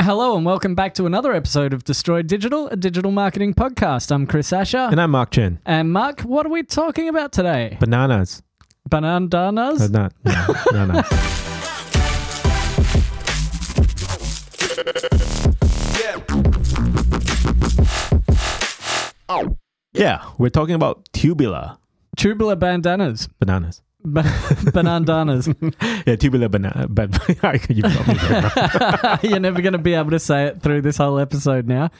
Hello and welcome back to another episode of Destroyed Digital, a digital marketing podcast. I'm Chris Asher. And I'm Mark Chen. And Mark, what are we talking about today? Bananas. No, Bananas? not. No, no, no. Yeah, we're talking about tubular Tubular bandanas. bananas. Ba- bandanas. Yeah, tubular banana. But you got me there, bro. You're never going to be able to say it through this whole episode now.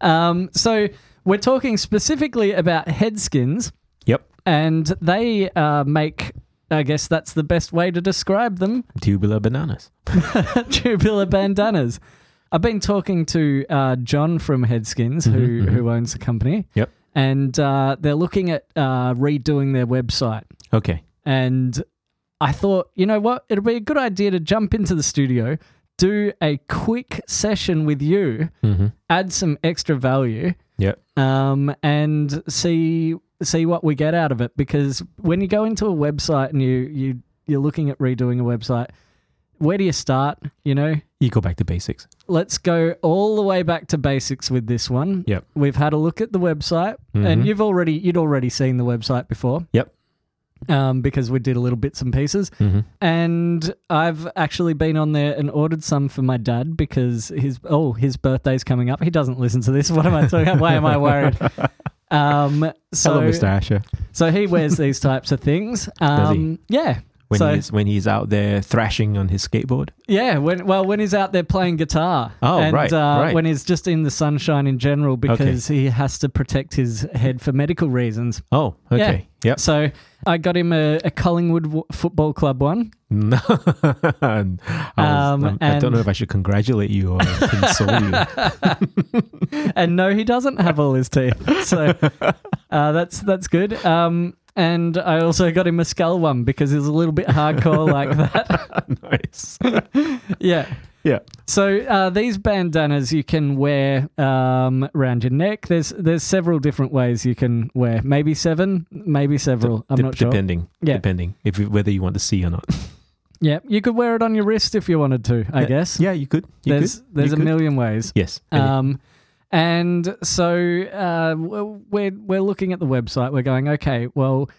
Um, so, we're talking specifically about head skins, Yep, and they uh, make, I guess that's the best way to describe them, tubular bananas. tubular bandanas. I've been talking to uh, John from Headskins, who, who owns the company, Mm-hmm, Yep. and uh, they're looking at uh, redoing their website. Okay. And I thought, you know what? It'd be a good idea to jump into the studio, do a quick session with you, Mm-hmm. add some extra value, Yep. um, and see see what we get out of it. Because when you go into a website and you you you're looking at redoing a website, where do you start? You know, You go back to basics. let's go all the way back to basics with this one. Yep. We've had a look at the website, and Mhm. you've already you'd already seen the website before. Yep. Um, because we did a little bits and pieces, Mm-hmm. and I've actually been on there and ordered some for my dad because his oh his birthday's coming up. He doesn't listen to this. What am I talking? about? Why am I worried? Um, so Hello, Mr. Asher. so he wears these types of things. he? Um, Yeah. When so he's when he's out there thrashing on his skateboard. Yeah, when well when he's out there playing guitar. Oh, and, right, uh, right. When he's just in the sunshine in general because he has to protect his head for medical reasons. Oh, okay. Yep. So I got him a, a Collingwood w- Football Club one. No, And I, was- Um, I'm- I don't and- know if I should congratulate you or console you. and no, he doesn't have all his teeth. So uh, that's that's good. Um, and I also got him a skull one because he's a little bit hardcore like that. nice. Yeah. Yeah. So uh, these bandanas you can wear um, around your neck. There's there's several different ways you can wear. Maybe seven, maybe several. I'm De- not sure. Depending. Yeah. Depending if you- whether you want to see or not. Yeah, you could wear it on your wrist if you wanted to. I guess. Yeah, you could. You there's could. there's you a could. million ways. Yes. really. Um, and so uh, w- we're we're looking at the website. We're going, okay, well,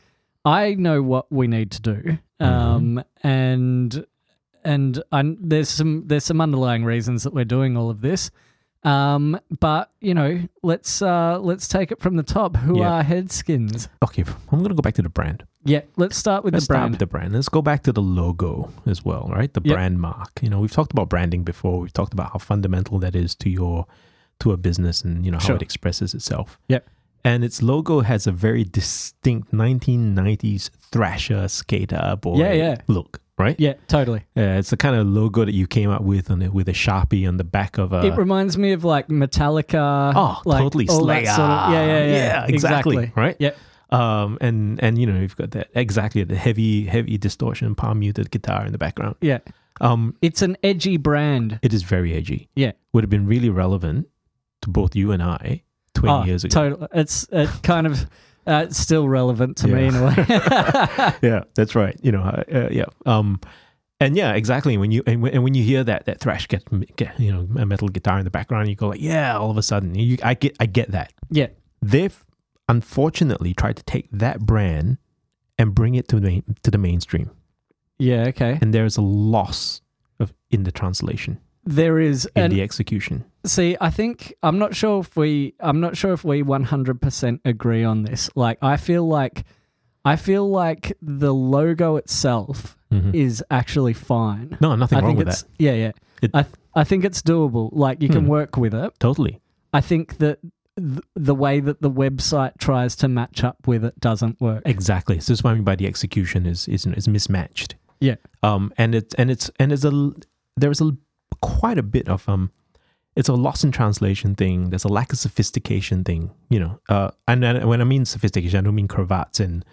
I know what we need to do, Mm-hmm. um, and and I, there's some there's some underlying reasons that we're doing all of this. Um, but you know, let's uh, let's take it from the top. Who Yeah. are head skins? okay. I'm going to go back to the brand. Yeah, let's start with Let's the brand. start with the brand. Let's go back to the logo as well, right? The Yep. brand mark. You know, we've talked about branding before. We've talked about how fundamental that is to your to a business and you know how Sure. it expresses itself. Yep. And its logo has a very distinct 1990s thrasher skater boy Yeah, yeah. look, right? yeah, totally. Uh, it's the kind of logo that you came up with on it with a sharpie on the back of a. it reminds me of like Metallica. Uh, oh, like totally all Slayer. that sort of- yeah, yeah, yeah, exactly. Right. Yep. Um, and and you know you've got that exactly the heavy heavy distortion palm muted guitar in the background. Yeah, Um, it's an edgy brand. it is very edgy. Yeah. Would have been really relevant to both you and I twenty Oh, years ago. Total. It's it kind of uh, it's still relevant to me Yeah. in a way. yeah, that's right. You know, uh, uh, yeah. Um, and yeah, exactly. When you and when, and when you hear that that thrash get, get you know a metal guitar in the background, you go like, yeah. All of a sudden, you, I get I get that. yeah, they've unfortunately tried to take that brand and bring it to the main, to the mainstream, yeah. Okay. and there is a loss of in the translation, There is, in and the execution. see, I think I'm not sure if we, I'm not sure if we 100% agree on this. Like, I feel like, I feel like the logo itself Mhm. is actually fine. No, nothing I wrong think with it's that. yeah, yeah. It- I th- I think it's doable. Like you can Hmm. work with it. Totally. I think that th- the way that the website tries to match up with it doesn't work. Exactly. So that's what I mean by the execution is is is mismatched. Yeah. Um. And it's and it's and there's a there is a quite a bit of um. It's a loss in translation thing. There's a lack of sophistication thing, you know. Uh, and, and when I mean sophistication, I don't mean cravats and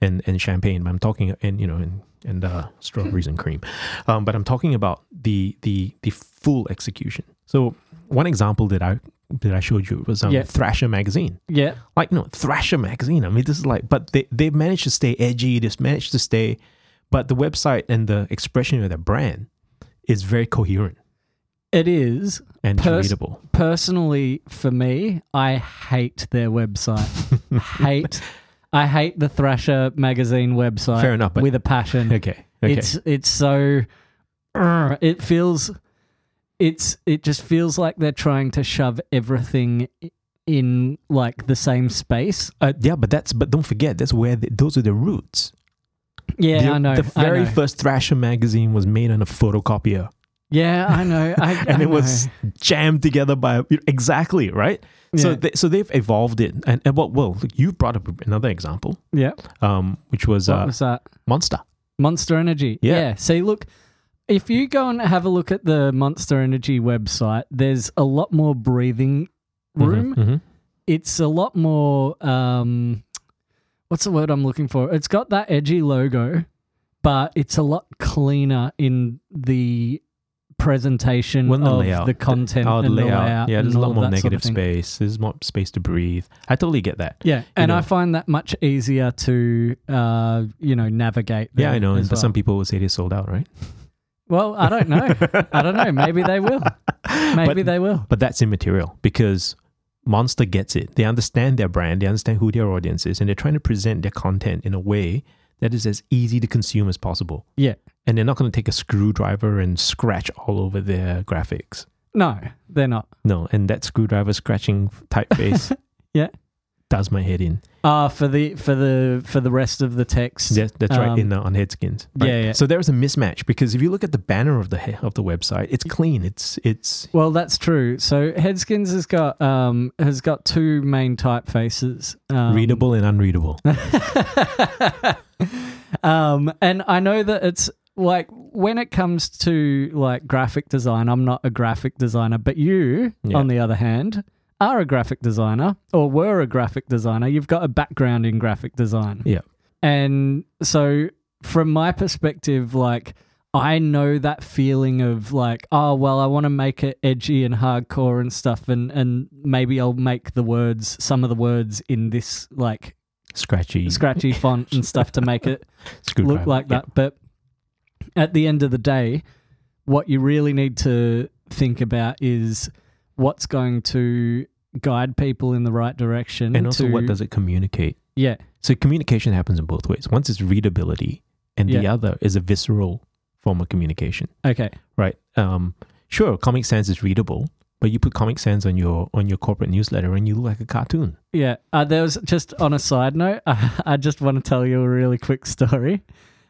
and and champagne. But I'm talking and you know and and uh, strawberries and cream. Um, but I'm talking about the the the full execution. So one example that I that I showed you was um, Yeah. Thrasher magazine Yeah. like no thrasher magazine i mean this is like but they they managed to stay edgy they've managed to stay but the website and the expression of the brand is very coherent It is. and it's Pers- readable. Personally, for me, I hate their website. hate. I hate the Thrasher magazine website. Fair enough, but- with a passion. Okay. Okay. It's it's so Urgh. it feels it's it just feels like they're trying to shove everything i- in like the same space. uh, yeah, but that's but don't forget that's where the, those are the roots. Yeah, the, I know. The very I know. first Thrasher magazine was made on a photocopier, yeah, I know. I, and it was jammed together by exactly right. So Yeah. they, so they've evolved it, and, and well, well, look, you brought up another example, yeah. um, which was, What uh, was that? Monster. Monster Energy. Yeah. See, look, if you go and have a look at the Monster Energy website, there's a lot more breathing room. Mhm, mhm. It's a lot more. Um, what's the word I'm looking for? It's got that edgy logo, but it's a lot cleaner in the presentation When the of layout, the content Oh, the and layout. the layout. yeah, and there's a all lot of more that sort of negative thing. space. There's more space to breathe. I totally get that. Yeah, and know. I find that much easier to, uh, you know, navigate. Yeah, there I know. as And but well. some people will say they sold out, right? Well, I don't know. I don't know. Maybe they will. Maybe they will. But that's immaterial because Monster gets it. They understand their brand, they understand who their audience is, and they're trying to present their content in a way that is as easy to consume as possible. Yeah. And they're not going to take a screwdriver and scratch all over their graphics. No, they're not. No, and that screwdriver scratching typeface. Yeah. Does my head in. Uh for the for the for the rest of the text. Yes, that's right. Um, in the on headskins. yeah, Right? yeah. So there is a mismatch because if you look at the banner of the he- of the website, it's clean. It's it's Well, that's true. So Headskins has got um has got two main typefaces. Um, readable and unreadable. um, and I know that it's like when it comes to like graphic design, I'm not a graphic designer, but you, Yeah. on the other hand, are a graphic designer or were a graphic designer. You've got a background in graphic design. Yeah. And so from my perspective, like I know that feeling of like, oh well, I want to make it edgy and hardcore and stuff and and maybe I'll make the words some of the words in this like Scratchy. scratchy font and stuff to make it screwdriver. look like Yeah. that. But at the end of the day, what you really need to think about is what's going to guide people in the right direction. And also, to, what does it communicate? yeah So communication happens in both ways. Once is readability, and the Yeah. other is a visceral form of communication, okay right? Um, sure, Comic Sans is readable, but you put Comic Sans on your on your corporate newsletter, and you look like a cartoon. yeah. Uh, there was just on a side note, I, just want to tell you a really quick story.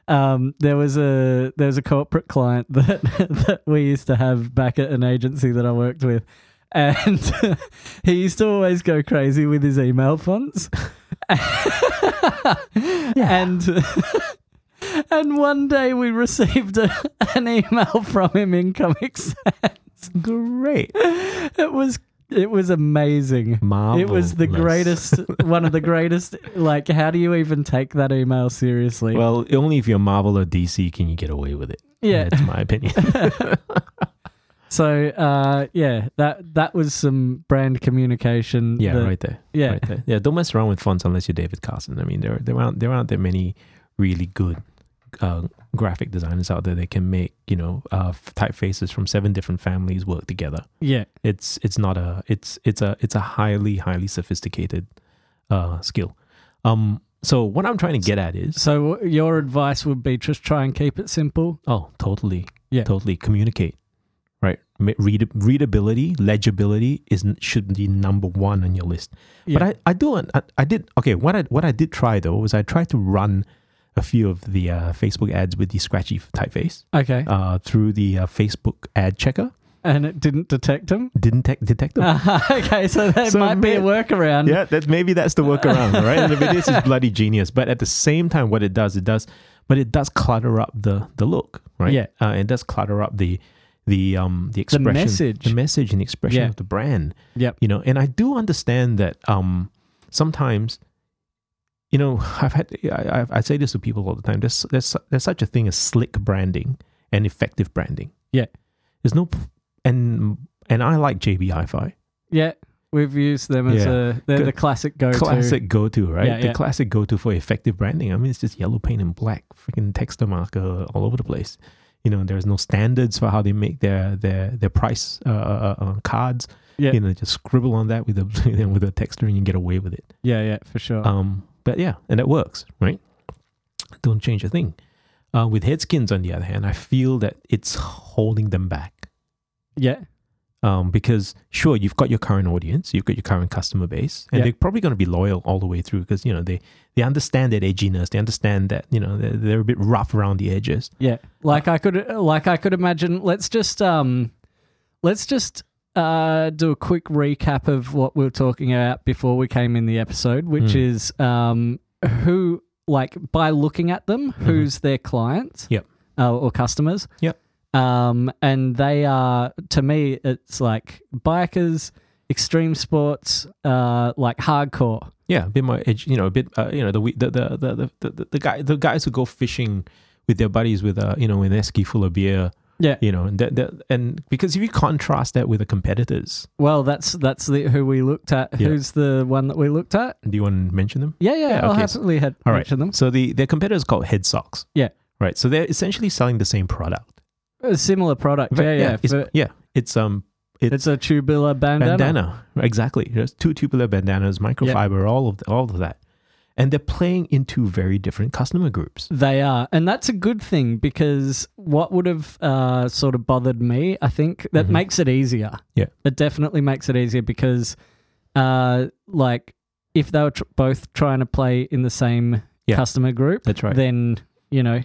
Um, there was a there was a corporate client that that we used to have back at an agency that I worked with, and he used to always go crazy with his email fonts. And and one day we received a, an email from him in Comic Sans. Great, It was it was amazing. marvelous. It was the greatest, one of the greatest. Like, how do you even take that email seriously? Well, only if you're Marvel or DC can you get away with it. yeah. that's uh, my opinion. So, uh, yeah, that that was some brand communication. yeah, that- right there. Yeah, Right there. Yeah, don't mess around with fonts unless you're David Carson. I mean, there there aren't there aren't that many really good uh, graphic designers out there that can make you know uh, f- typefaces from seven different families work together. yeah, It's it's not a it's it's a it's a highly highly sophisticated uh, skill. Um, so what I'm trying to get at is So, your advice would be just try and keep it simple. oh totally Yeah. totally communicate right Ma- read, readability legibility is n- should be number one on your list Yeah. But I, I do I, I did okay. What I what I did try though was I tried to run a few of the uh, Facebook ads with the scratchy typeface Okay, uh, through the uh, Facebook ad checker. and it didn't detect them. Didn't tec- detect them. okay, so that So might be a ma- workaround. yeah, that maybe that's the workaround, right? And if it is, it's bloody genius. But at the same time, what it does, it does, but it does clutter up the the look, right? Yeah. uh, it does clutter up the the um the expression, message. the message, and the expression Yeah. of the brand. Yep. you know, and I do understand that um sometimes. You know, I've had I, I, I say this to people all the time. There's there's there's such a thing as slick branding and effective branding. Yeah. there's no and and I like JB Hi-Fi. yeah. We've used them as Yeah. a they're Good. the classic go-to. classic go to, right? Oh, Yeah, the yeah. classic go to for effective branding. I mean, it's just yellow paint and black, freaking texture marker all over the place. You know, there's no standards for how they make their their their price uh, uh, uh, cards. Yeah. You know, just scribble on that with a with a texture and you get away with it. Yeah, yeah, for sure. Um, but yeah, and it works, right? Don't change a thing. Uh, with headskins, on the other hand, I feel that it's holding them back yeah, um, because sure, you've got your current audience, you've got your current customer base, and Yeah. they're probably going to be loyal all the way through because you know they they understand that edginess, they understand that you know they're, they're a bit rough around the edges. yeah. Like I could, like I could imagine. Let's just, um, let's just uh, do a quick recap of what we were talking about before we came in the episode, which Mm. is um, who, like, by looking at them, who's their clients? Hmm. Yep. uh, or customers. Yep. Um, and they are to me, it's like bikers, extreme sports, uh, like hardcore. Yeah, a bit more edge, you know, a bit uh, you know the we- the the the the, the, the, the guy the guys who go fishing with their buddies with uh, you know an esky full of beer. Yeah. you know, and that, that and because if you contrast that with the competitors, Well, that's that's the who we looked at. Yeah. Who's the one that we looked at? do you want to mention them? Yeah, yeah, Yeah, I'll okay, happily had All right. mention them. So the their competitor is called Head Socks. Yeah. Right. So they're essentially selling the same product. A similar product. Yeah, yeah. It's, for- yeah. It's um it's, a tubular bandana. bandana. Exactly. There's two tubular bandanas, microfiber, all of all of that. And they're playing into very different customer groups. They are, and that's a good thing because what would have uh, sort of bothered me, I think, that Mhm. makes it easier. Yeah. it definitely makes it easier because, uh, like, if they were tr- both trying to play in the same Yeah. customer group, That's right. then you know,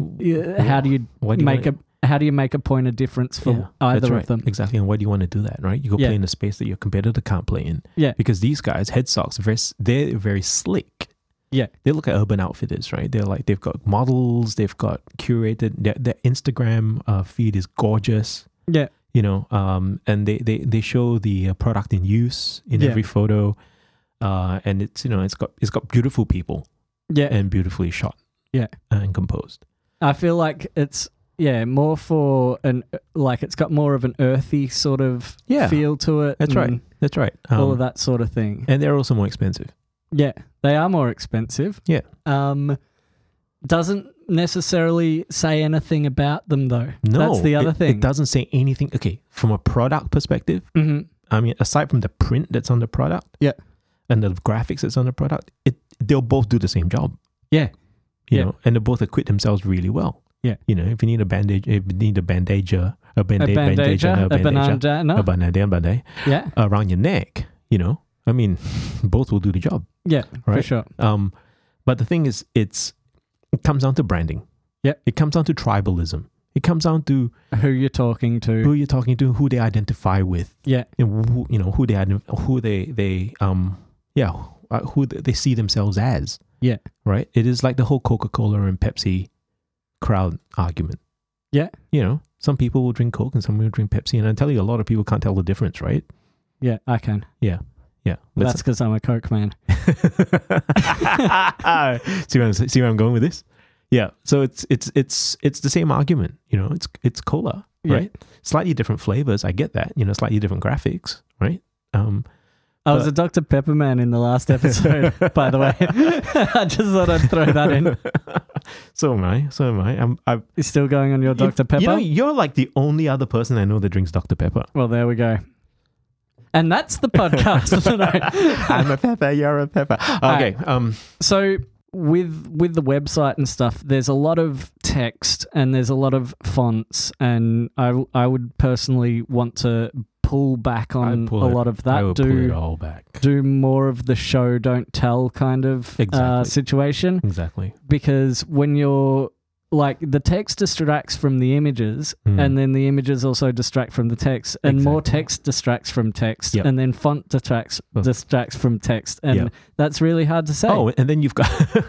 y- uh, how do you Why do make you wanna- a how do you make a point of difference for Yeah, either that's right. of them? Exactly. And why do you want to do that, right? You go Yeah. play in a space that your competitor can't play in. Yeah. Because these guys, head socks, very, s- they're very slick. Yeah. They look at Urban Outfitters, right? They're like, they've got models, they've got curated, their, their Instagram uh, feed is gorgeous. Yeah. You know, um, and they, they, they show the uh, product in use in Yeah. every photo. Uh, and it's, you know, it's got, it's got beautiful people Yeah, and beautifully shot. Yeah. And composed. I feel like it's yeah more for an like it's got more of an earthy sort of Yeah. feel to it. That's right. and That's right. All Um, of that sort of thing. And they're also more expensive. Yeah, they are more expensive. Yeah. Um, doesn't necessarily say anything about them though. No, that's the other it, thing. It doesn't say anything. Okay, from a product perspective, hmm I mean, aside from the print that's on the product, Yeah. and the graphics that's on the product, it they'll both do the same job. Yeah. you Yeah. know, and they both equip themselves really well. Yeah. you know, if you need a bandage, if you need a bandager, a A bandage, bandager, bandager, no, a banana. a bandana, bandage Yeah, around your neck. You know, I mean, both will do the job. yeah, for Right. sure. Um, but the thing is, it's it comes down to branding. Yep. it comes down to tribalism. It comes down to Who you're talking to? who you're talking to, who they identify with, Yeah, and who, you know who they ident- who they they um yeah who- uh, who th- they see themselves as. Yeah. right. It is like the whole Coca Cola and Pepsi crowd argument. Yeah. you know, some people will drink Coke and some will drink Pepsi, and I tell you, a lot of people can't tell the difference, right? yeah, I can. Yeah, That's let's- because I'm a Coke man. see where I'm, see where I'm going with this. Yeah, so it's it's it's it's the same argument, you know. It's it's cola, Yeah. right? Slightly different flavors, I get that. You know, slightly different graphics, right? Um, I was But- a Dr Pepper man in the last episode, by the way. I just thought I'd throw that in. so am I. So am I. I'm, I've, You're still going on your Dr Pepper? You know, you're like the only other person I know that drinks Dr. Pepper. well, there we go. And that's the podcast. No. I'm a pepper. You're a pepper. Okay. Um. so with with the website and stuff there's a lot of text and there's a lot of fonts and i i would personally want to pull back on I'd pull a it- lot of I that will pull it do all back. do more of the show don't tell kind of uh, Exactly. situation Exactly. because when you're like the text distracts from the images Mm. and then the images also distract from the text and more Exactly. text distracts from text Yep. and then font detracts Oh. distracts from text and Yeah. that's really hard to say Oh, and then you've got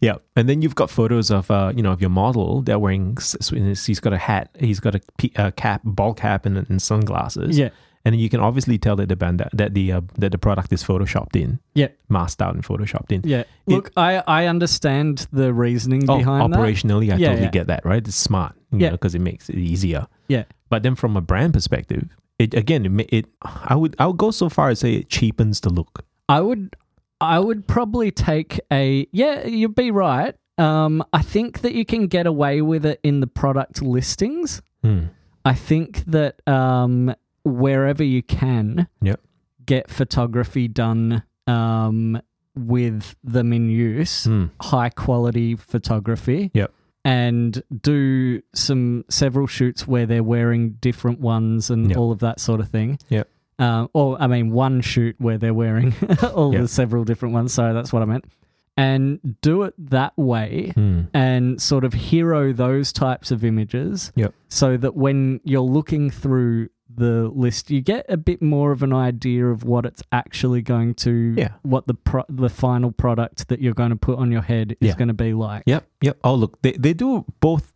yeah, and then you've got photos of uh, you know, of your model. They're wearing. s- s- He's got a hat. He's got a pe- uh, cap, ball cap, and, and sunglasses. yeah and you can obviously tell that the band that the uh, that the product is photoshopped in. Yeah. masked out and photoshopped in. Yeah. Look, I, I understand the reasoning Oh, behind that. operationally, I Yeah, totally yeah. get that, right? It's smart, you Yeah. because it makes it easier. Yeah. But then from a brand perspective, it again, it, ma- it I would I would go so far as say it cheapens the look. I would I would probably take a yeah, you'd be right. Um, I think that you can get away with it in the product listings. Hmm. I think that um, wherever you can, Yep. get photography done um, with them in use, Hmm. high quality photography. Yep. And do some several shoots where they're wearing different ones and Yep. all of that sort of thing. Yep. Um, or I mean, one shoot where they're wearing all Yep. the several different ones. Sorry, that's what I meant. And do it that way Hmm. and sort of hero those types of images Yep. so that when you're looking through the list you get a bit more of an idea of what it's actually going to Yeah. what the pro- the final product that you're going to put on your head is Yeah. going to be like Yep, yep. Oh, look, they, they do both.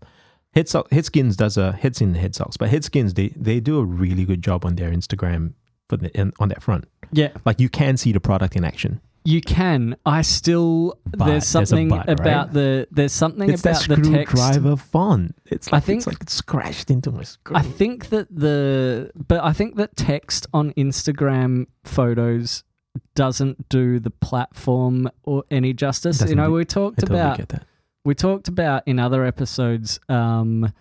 Head Sock- Headskins does a heads in head socks, but Headskins they they do a really good job on their Instagram for the, in, on that front. yeah Like you can see the product in action. you can i still But there's there's a something but, right? about the there's something it's that about the text screwdriver font. It's I like, think- it's like it's scratched into my screen. I think that the but I think that text on Instagram photos doesn't do the platform or any justice. You Doesn't know, do- we I talked totally about get that. we talked about in other episodes um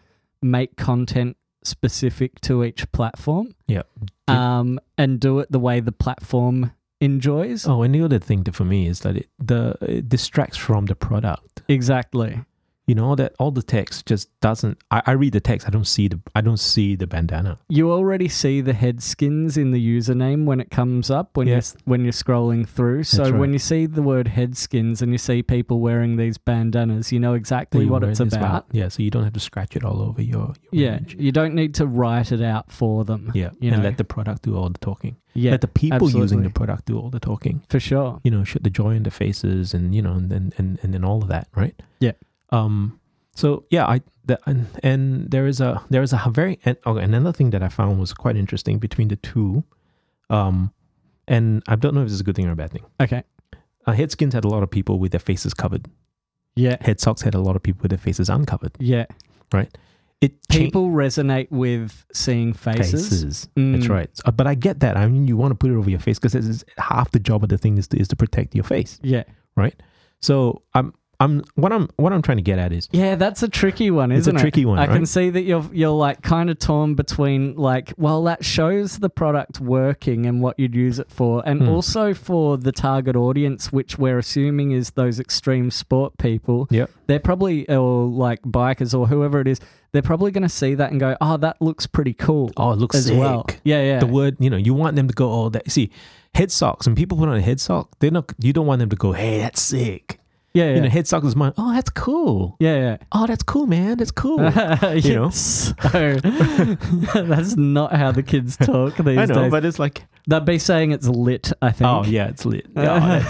make content specific to each platform. Yep. Um and do it the way the platform enjoys. Oh, and the other thing that for me is that it the it distracts from the product. Exactly. You know that all the text just doesn't. I, I read the text. I don't see the I don't see the bandana. You already see the head skins in the username when it comes up when Yeah. you're when you're scrolling through. So That's right. when you see the word head skins and you see people wearing these bandanas, you know that exactly you what were it's in this about. Yeah, so you don't have to scratch it all over your, your Yeah, image. you don't need to write it out for them. Yeah, you and know. let the product do all the talking. Yeah, let the people using absolutely. the product do all the talking. for sure. You know, shoot the joy in the faces, and you know, and then and, and then all of that, right? Yeah. Um. So yeah, I the, and, and there is a there is a very and okay, and another thing that I found was quite interesting between the two, um, and I don't know if this is a good thing or a bad thing. Okay. Uh, Headskins had a lot of people with their faces covered. Yeah, Head socks had a lot of people with their faces uncovered. yeah. It cha- People resonate with seeing faces. faces. That's Mm, right. Uh, but I get that. I mean, you want to put it over your face because half the job of the thing is to, is to protect your face. Yeah, So I'm I'm what I'm what I'm trying to get at is yeah. That's a tricky one, it's a isn't it? tricky one, I can right? see that you're you're like kind of torn between like, well, that shows the product working and what you'd use it for, and Hmm. also for the target audience, which we're assuming is those extreme sport people. Yep. they're probably or like bikers or whoever it is. They're probably going to see that and go, oh, that looks pretty cool Oh, it looks as sick. well. Yeah, yeah, The word you know you want them to go oh that see head socks when people put on a head sock they're not you don't want them to go hey that's sick yeah, yeah, you know head sock is mine oh that's cool yeah, yeah. oh that's cool man that's cool I you know? so, that's not how the kids talk these know days. but it's like They'd be saying it's lit. I think. Oh yeah, it's lit. Yeah, oh,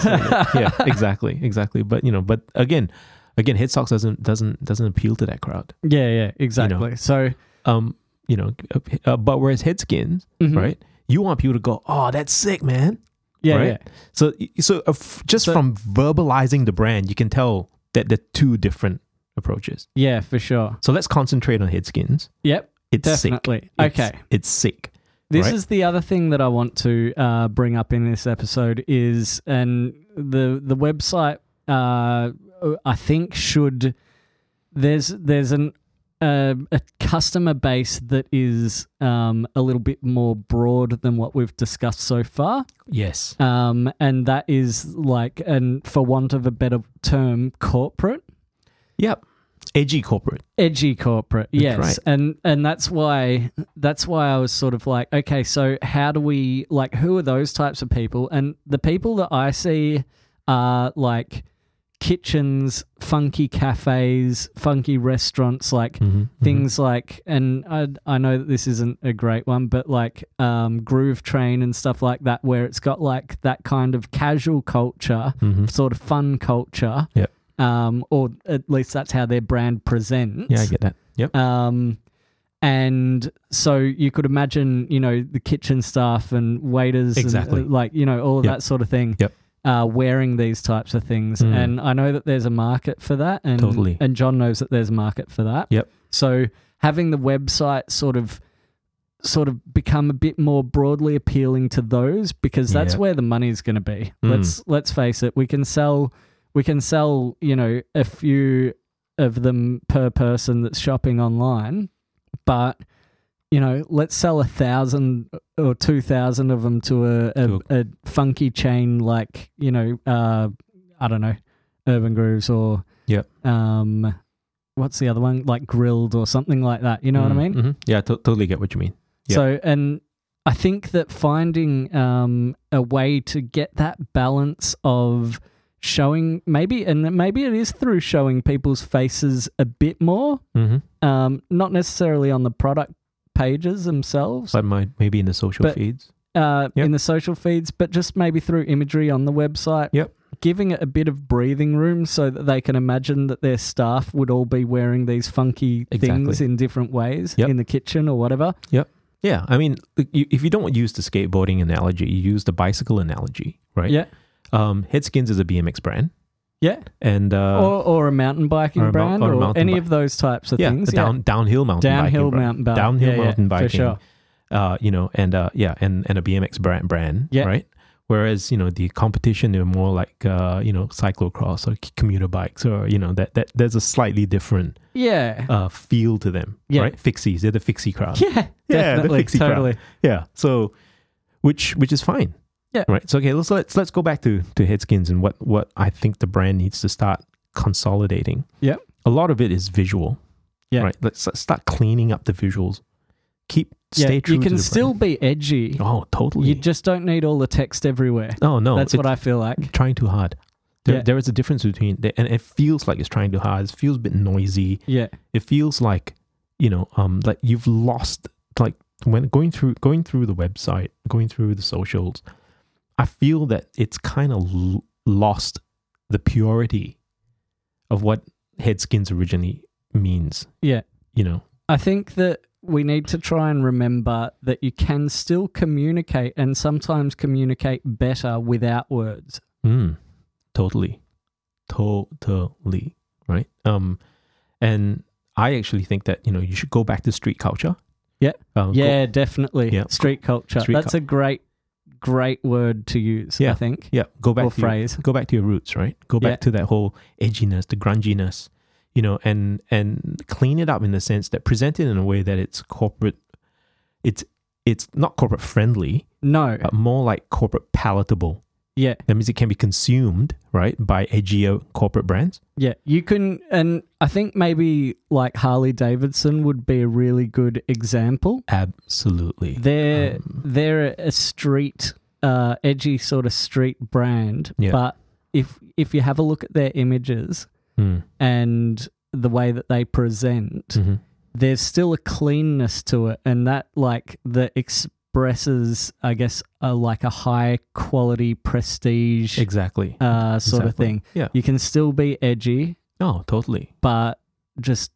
that's lit. yeah, exactly, exactly. But you know, but again, again, hit socks doesn't doesn't doesn't appeal to that crowd. yeah, yeah, exactly. So, Um, you know, uh, but whereas head skins, mhm. right? You want people to go, oh, that's sick, man. Yeah, right? So so uh, f- just So- from verbalizing the brand, you can tell that they're two different approaches. yeah, yeah, for sure. So let's concentrate on head skins. Yep, It's sick. definitely. It's- okay, it's sick. this right. is the other thing that I want to uh, bring up in this episode is, and the the website uh, I think should there's there's an uh, a customer base that is um, a little bit more broad than what we've discussed so far. Yes. um, and that is like, and for want of a better term, corporate, Yep. Edgy corporate. edgy corporate. That's yes, right. and and that's why that's why I was sort of like, okay, so how do we like who are those types of people? And the people that I see are like kitchens, funky cafes, funky restaurants, like Mm-hmm. things like and I, I know that this isn't a great one but like um, groove train and stuff like that where it's got like that kind of casual culture Mm-hmm. sort of fun culture Yep. um, or at least that's how their brand presents Yeah, I get that. Yep. um, and so you could imagine, you know, the kitchen staff and waiters, and, Exactly. uh, like you know, all of Yep. that sort of thing. Yep. Uh, wearing these types of things, Mm. and I know that there's a market for that, and Totally. and John knows that there's a market for that. Yep. So having the website sort of sort of become a bit more broadly appealing to those because that's Yep. where the money's going to be. Mm. Let's let's face it, we can sell we can sell you know a few of them per person that's shopping online but you know let's sell a thousand or two thousand of them to a, a, To a funky chain like you know uh i don't know urban grooves or Yeah. um what's the other one like grilled or something like that you know what i mean hmm Yeah, to- totally get what you mean. Yeah. so, and I think that finding um, a way to get that balance of showing maybe, and maybe it is through showing people's faces a bit more, Mm-hmm. um, not necessarily on the product pages themselves, But my, maybe in the social But- feeds. uh, Yep. in the social feeds, but just maybe through imagery on the website. Yep. Giving it a bit of breathing room so that they can imagine that their staff would all be wearing these funky things Exactly. in different ways Yep. in the kitchen or whatever. Yeah, I mean, look, you, if you don't use the skateboarding analogy, you use the bicycle analogy, right? Yeah. Um, Headskins is a BMX brand, Yeah. and uh, or, or a mountain biking or a mou- brand or or, a mountain any bike. of those types of yeah, things. a down downhill mountain biking downhill brand. mountain bike. downhill Yeah, yeah, mountain biking. For sure. uh, you know, and uh, yeah, and and a BMX brand, brand, Yeah. right? Whereas you know the competition are more like uh, you know cyclocross or c- commuter bikes or you know that that there's a slightly different Yeah. uh, feel to them, Yeah. right? Fixies, they're the fixie crowd, yeah. the Definitely. fixie crowd. totally. yeah. So, which which is fine, Yeah. right? So okay, let's let's let's go back to to Headskins and what what I think the brand needs to start consolidating. Yeah. a lot of it is visual. Yeah. right. Let's, let's start cleaning up the visuals. Keep Yeah. stay true. you to can the still brand. be edgy. Oh, totally. You just don't need all the text everywhere. Oh no, That's it's what I feel like. trying too hard. There, Yeah. there is a difference between, the, and it feels like it's trying too hard. It feels a bit noisy. Yeah. It feels like, you know, um, like you've lost, like when going through going through the website, going through the socials. I feel that it's kind of l- lost the purity of what headskins originally means. Yeah. you know, I think that we need to try and remember that you can still communicate and sometimes communicate better without words. Mm, totally. Totally. Right. Um, and I actually think that, you know, you should go back to street culture. Yeah. Um, go- Yeah, definitely. Yeah. Street culture. Street That's a great, great word to use, I Yeah. think. yeah. Go back Or to your- phrase. go back to your roots, right? Go back Yeah. to that whole edginess, the grunginess, you know, and and clean it up in the sense that present it in a way that it's corporate it's it's not corporate friendly, No. but more like corporate palatable. Yeah. That means it can be consumed, right, by edgier corporate brands. Yeah, you can, and I think maybe like Harley Davidson would be a really good example. Absolutely. They're Um, they're a street, uh, edgy sort of street brand, Yeah. but if if you have a look at their images Mm, and the way that they present, mhm. there's still a cleanness to it, and that like that expresses, I guess, a, like a high quality prestige Exactly. uh, sort of Exactly. thing. Yeah. You can still be edgy, Oh, totally. but just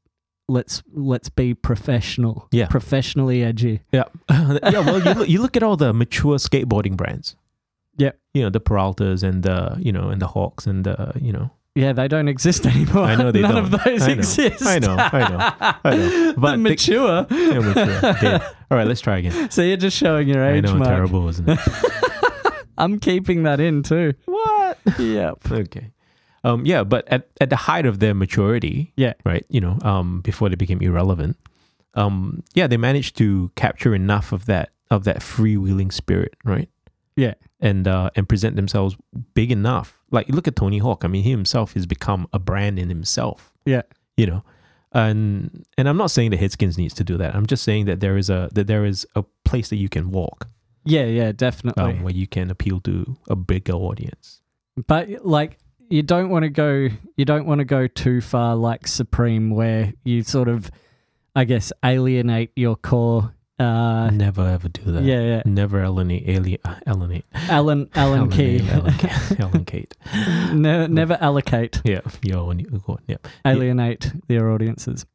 let's let's be professional. Yeah. professionally edgy. Yeah. yeah. Well, you look, you look at all the mature skateboarding brands. Yep. You know the Peraltas and the you know and the Hawks and the you know. Yeah, they don't exist anymore. I know they None don't. of those I know. exist. I know, I know, I know. the But they- mature. Yeah, mature. Okay. All right, let's try again. so you're just showing your I age, know, Mark. terrible, isn't it? I'm keeping that in too. what? Yep. Okay. Um. Yeah, but at at the height of their maturity. Yeah. Right. You know. Um. Before they became irrelevant. Um. Yeah, they managed to capture enough of that of that freewheeling spirit. Right. Yeah. and uh, and present themselves big enough. Like look at Tony Hawk. I mean, he himself has become a brand in himself. Yeah. You know, and and I'm not saying that Hitskins needs to do that. I'm just saying that there is a that there is a place that you can walk Yeah, Oh, yeah, um, definitely. where you can appeal to a bigger audience. but like you don't want to go you don't want to go too far like Supreme where you sort of I guess alienate your core uh Never ever do that. yeah, yeah. Never alienate, alien, uh, alienate. Alan Alan Key. alienate, Alan Kate. Alan Kate. Ne- never allocate, Yeah, your own- your core- yeah, alienate their audiences.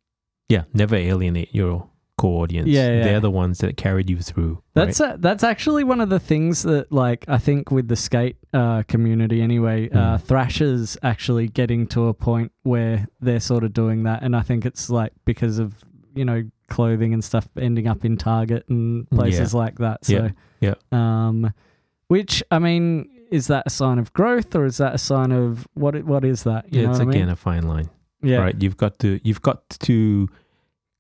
yeah. Never alienate your core audience. Yeah, yeah. they're the ones that carried you through. That's a, that's actually one of the things that, like, I think with the skate uh, community anyway, uh, Mm. Thrasher's actually getting to a point where they're sort of doing that, and I think it's like because of you know clothing and stuff ending up Hmm, in Target and places like that. So, Yeah. Um, which I mean, is that a sign of growth or is that a sign of what? What is that? You Yeah, know it's what I mean? again a fine line, yeah, right? You've got to you've got to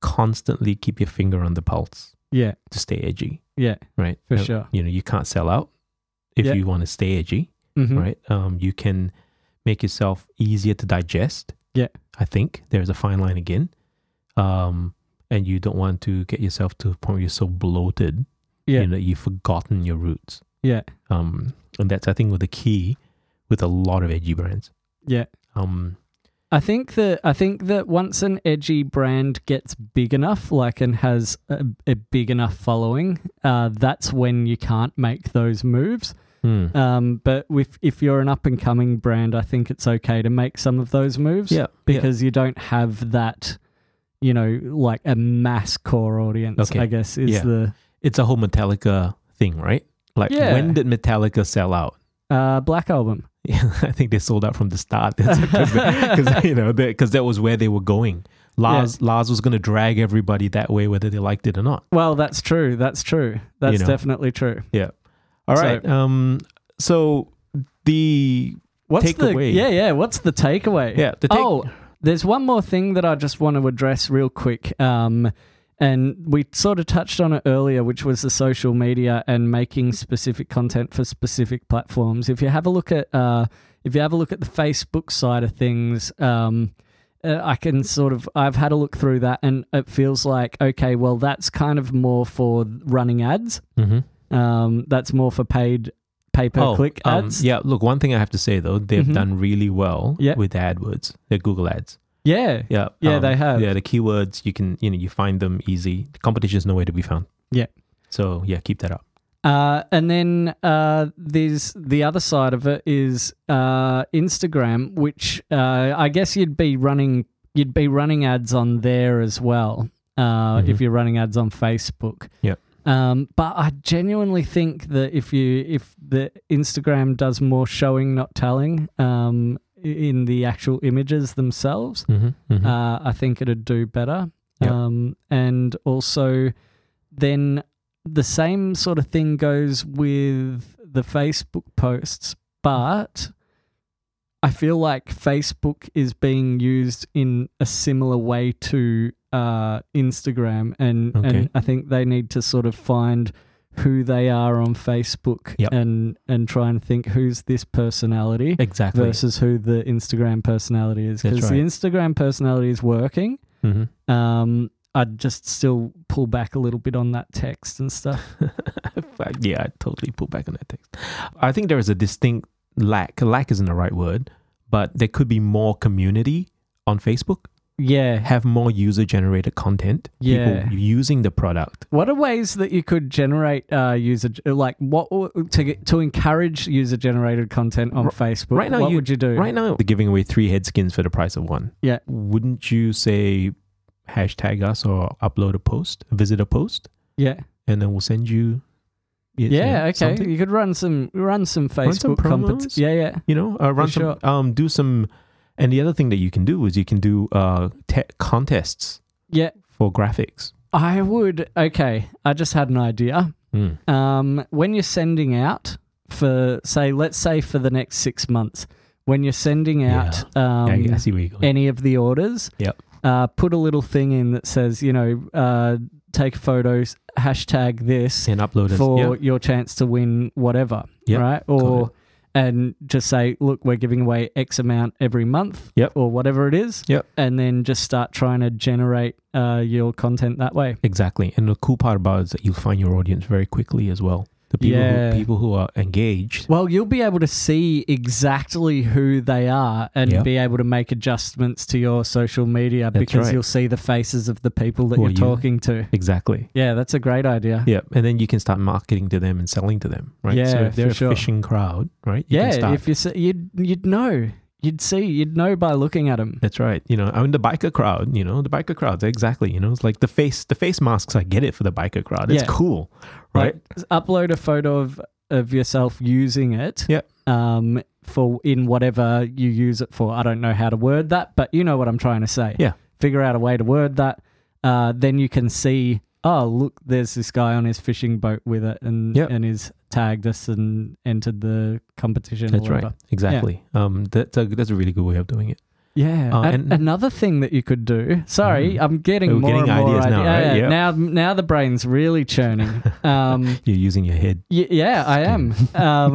constantly keep your finger on the pulse yeah, to stay edgy, yeah, right? for Uh, sure. You know, you can't sell out if Yeah. you want to stay edgy, Mhm. right? Um, you can make yourself easier to digest. Yeah. I think there's a fine line again, um, and you don't want to get yourself to a point where you're so bloated, Yeah. you know, you've forgotten your roots. Yeah, Um, and that's I think with the key with a lot of edgy brands. yeah. Um, I think that I think that once an edgy brand gets big enough, like and has a, a big enough following, uh, that's when you can't make those moves. hmm. Um, but if if you're an up and coming brand, I think it's okay to make some of those moves yeah, because because you don't have that, you know, like a mass core audience. Okay. I guess is Yeah. the it's a whole Metallica thing, right? Like Yeah. when did Metallica sell out? uh, black album. Yeah, I think they sold out from the start because you know because that was where they were going. Lars Lars was going to drag everybody that way, whether they liked it or not. Well, that's true. That's true. That's know. definitely true. All So- right, um, so the What's Takeaway. the yeah yeah? What's the takeaway? yeah the take, oh, there's one more thing that I just want to address real quick. Um, and we sort of touched on it earlier, which was the social media and making specific content for specific platforms. If you have a look at uh, if you have a look at the Facebook side of things, um, uh, I can sort of I've had a look through that, and it feels like okay, well, that's kind of more for running ads. mhm. Um, that's more for paid pay per click um, ads. yeah, look, one thing I have to say though, they've Mhm. done really well Yeah. with AdWords, their Google ads. yeah, Yeah, um, Yeah, they have. Yeah, the keywords you can you know you find them easy. The competition is nowhere to be found. Yeah. So yeah, keep that up. Uh, and then uh, there's the other side of it is uh, Instagram, which uh, I guess you'd be running you'd be running ads on there as well uh, Mhm. if you're running ads on Facebook. Yep. Um, but I genuinely think that if you if the Instagram does more showing not telling um, i- in the actual images themselves, Mm-hmm. uh, I think it'd do better. Yep. Um, and also, then the same sort of thing goes with the Facebook posts, but I feel like Facebook is being used in a similar way to uh, Instagram, and Okay. and I think they need to sort of find who they are on Facebook Yep. and and try and think who's this personality exactly. versus who the Instagram personality is. That's Because the right. Instagram personality is working. Mhm. Um, I'd just still pull back a little bit on that text and stuff. Fuck, yeah, I totally pull back on that text. I think there is a distinct lack. Lack isn't the right word, but there could be more community on Facebook. Yeah. Have more user generated content. Yeah. People using the product. What are ways that you could generate uh, user like what to get, to encourage user generated content on R- Facebook? right now what you- would you do? Right now, they're giving away three head skins for the price of one. Yeah. Wouldn't you say hashtag us or upload a post, visit a post, yeah, and then we'll send you? y- you yeah, know, okay. something? You could run some run some Facebook some compet- promos? Yeah, yeah, you know, uh, run For some, sure. um, do some, and the other thing that you can do is you can do uh te- contests yeah. for graphics. I would. Okay, I just had an idea. Mm. um, when you're sending out for say let's say for the next six months when you're sending out Yeah, um, I see where you're going. any of the orders Yep. uh, put a little thing in that says you know uh, take photos hashtag this And, upload us. for Yeah. your chance to win whatever Yep, right or and just say look we're giving away x amount every month Yep. or whatever it is Yep. and then just start trying to generate uh, your content that way Exactly. And the cool part about it is that you'll find your audience very quickly as well. The people, Yeah. who, people who are engaged. Well, you'll be able to see exactly who they are and Yep. be able to make adjustments to your social media because right. you'll see the faces of the people that Who are you're you? talking to. Exactly. Yeah, that's a great idea. Yeah. And then you can start marketing to them and selling to them, right? so Yeah, if they're for a sure. fishing crowd, right? You Yeah, can start. if you see, you'd you'd know, you'd see, you'd know by looking at them. That's right. You know, I mean the biker crowd, you know, the biker crowds, exactly. You know, it's like the face the face masks, I get it for the biker crowd. It's Yeah. cool. Right? upload a photo of of yourself using it. Yep. Um, for in whatever you use it for. I don't know how to word that, but you know what I'm trying to say. Yeah. Figure out a way to word that. Uh, then you can see oh look, there's this guy on his fishing boat with it, and Yep. and he's tagged us and entered the competition. That's or whatever. right. Exactly. Um, that's a that's a really good way of doing it. Yeah. Uh, An- and- another thing that you could do. Sorry, Mm. I'm getting We're more getting and more ideas now, idea- yeah, right? yeah. Yep. Now, now the brain's really churning. Um, You're using your head. Y- yeah, I am. Um,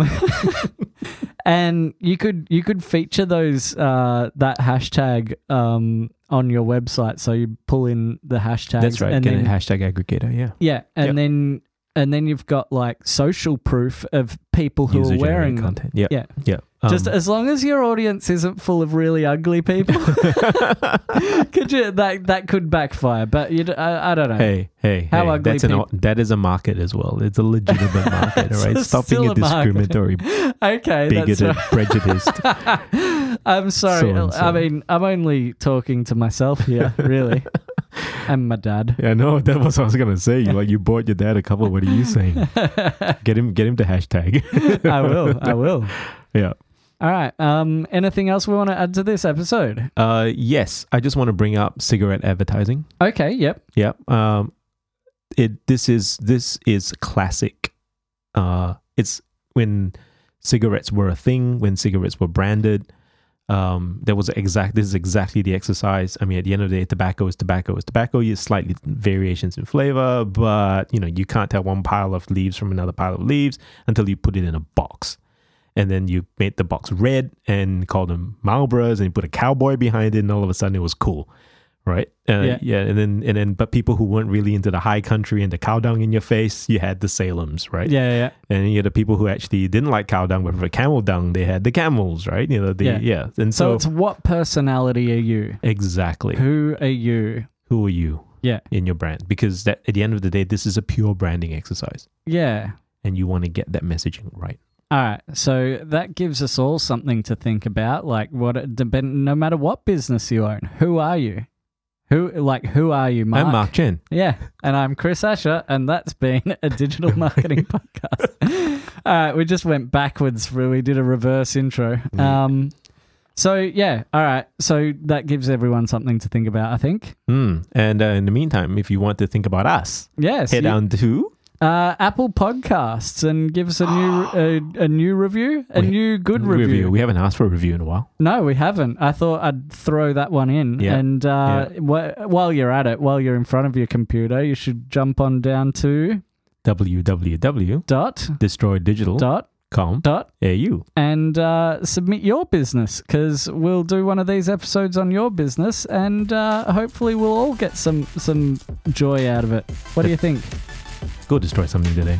and you could you could feature those uh, that hashtag um, on your website, so you pull in the hashtags. That's right. And Get a then, hashtag aggregator. Yeah. yeah, and Yep. then and then you've got like social proof of people who are User-generated wearing them. content. Yeah. Yeah. Yeah. Just Um, as long as your audience isn't full of really ugly people, could you that that could backfire. But you, d- I, I don't know. Hey, hey, How hey, ugly that's an, peop- that is a market as well. It's a legitimate market, all It's right? Stop being still a a market. discriminatory, okay, that's right. bigoted, prejudiced. I'm sorry. uh, So and I so. mean, I'm only talking to myself here, really. and my dad. Yeah, no, that was what I was gonna say. You like you bought your dad a couple. What are you saying? I Get him, get him to hashtag. will. I will. yeah. All right. Um, anything else we want to add to this episode? Uh, yes, I just want to bring up cigarette advertising. Okay. Yep. Yeah. Um, it this is this is classic. Uh, it's when cigarettes were a thing, when cigarettes were branded. Um, there was exact. This is exactly the exercise. I mean, at the end of the day, tobacco is tobacco is tobacco. You slightly variations in flavor, but you know you can't tell one pile of leaves from another pile of leaves until you put it in a box, and then you made the box red and called them Marlboros, and you put a cowboy behind it, and all of a sudden it was cool right? Uh, Yeah. yeah. and then and then but people who weren't really into the high country and the cow dung in your face, you had the Salems, right? Yeah. Yeah. And you had the people who actually didn't like cow dung, but for camel dung, they had the camels, right? You know, the Yeah. yeah. And So so, it's what personality are you? exactly Who are you? who are you? Yeah. In your brand, because that at the end of the day, this is a pure branding exercise, Yeah. and you want to get that messaging right. All right, so that gives us all something to think about. Like, what it depend, no matter what business you own, who are you? Who like who are you, I'm Mark Chen. Yeah, and I'm Chris Asher, and that's been a digital marketing podcast. All right, we just went backwards. where We did a reverse intro. Yeah. Um, so yeah, all right. So that gives everyone something to think about. I think. Hmm. And uh, in the meantime, if you want to think about us, Yes. head you- down to Uh, Apple Podcasts and give us a new a, a new review, a We- new good review. We haven't asked for a review in a while. No, we haven't. I thought I'd throw that one in. Yeah. And uh, wh- while you're at it, while you're in front of your computer, you should jump on down to www dot destroydigital.com. dot dot AU. and uh, submit your business because we'll do one of these episodes on your business and uh, hopefully we'll all get some some joy out of it. What do you think? Go destroy something today.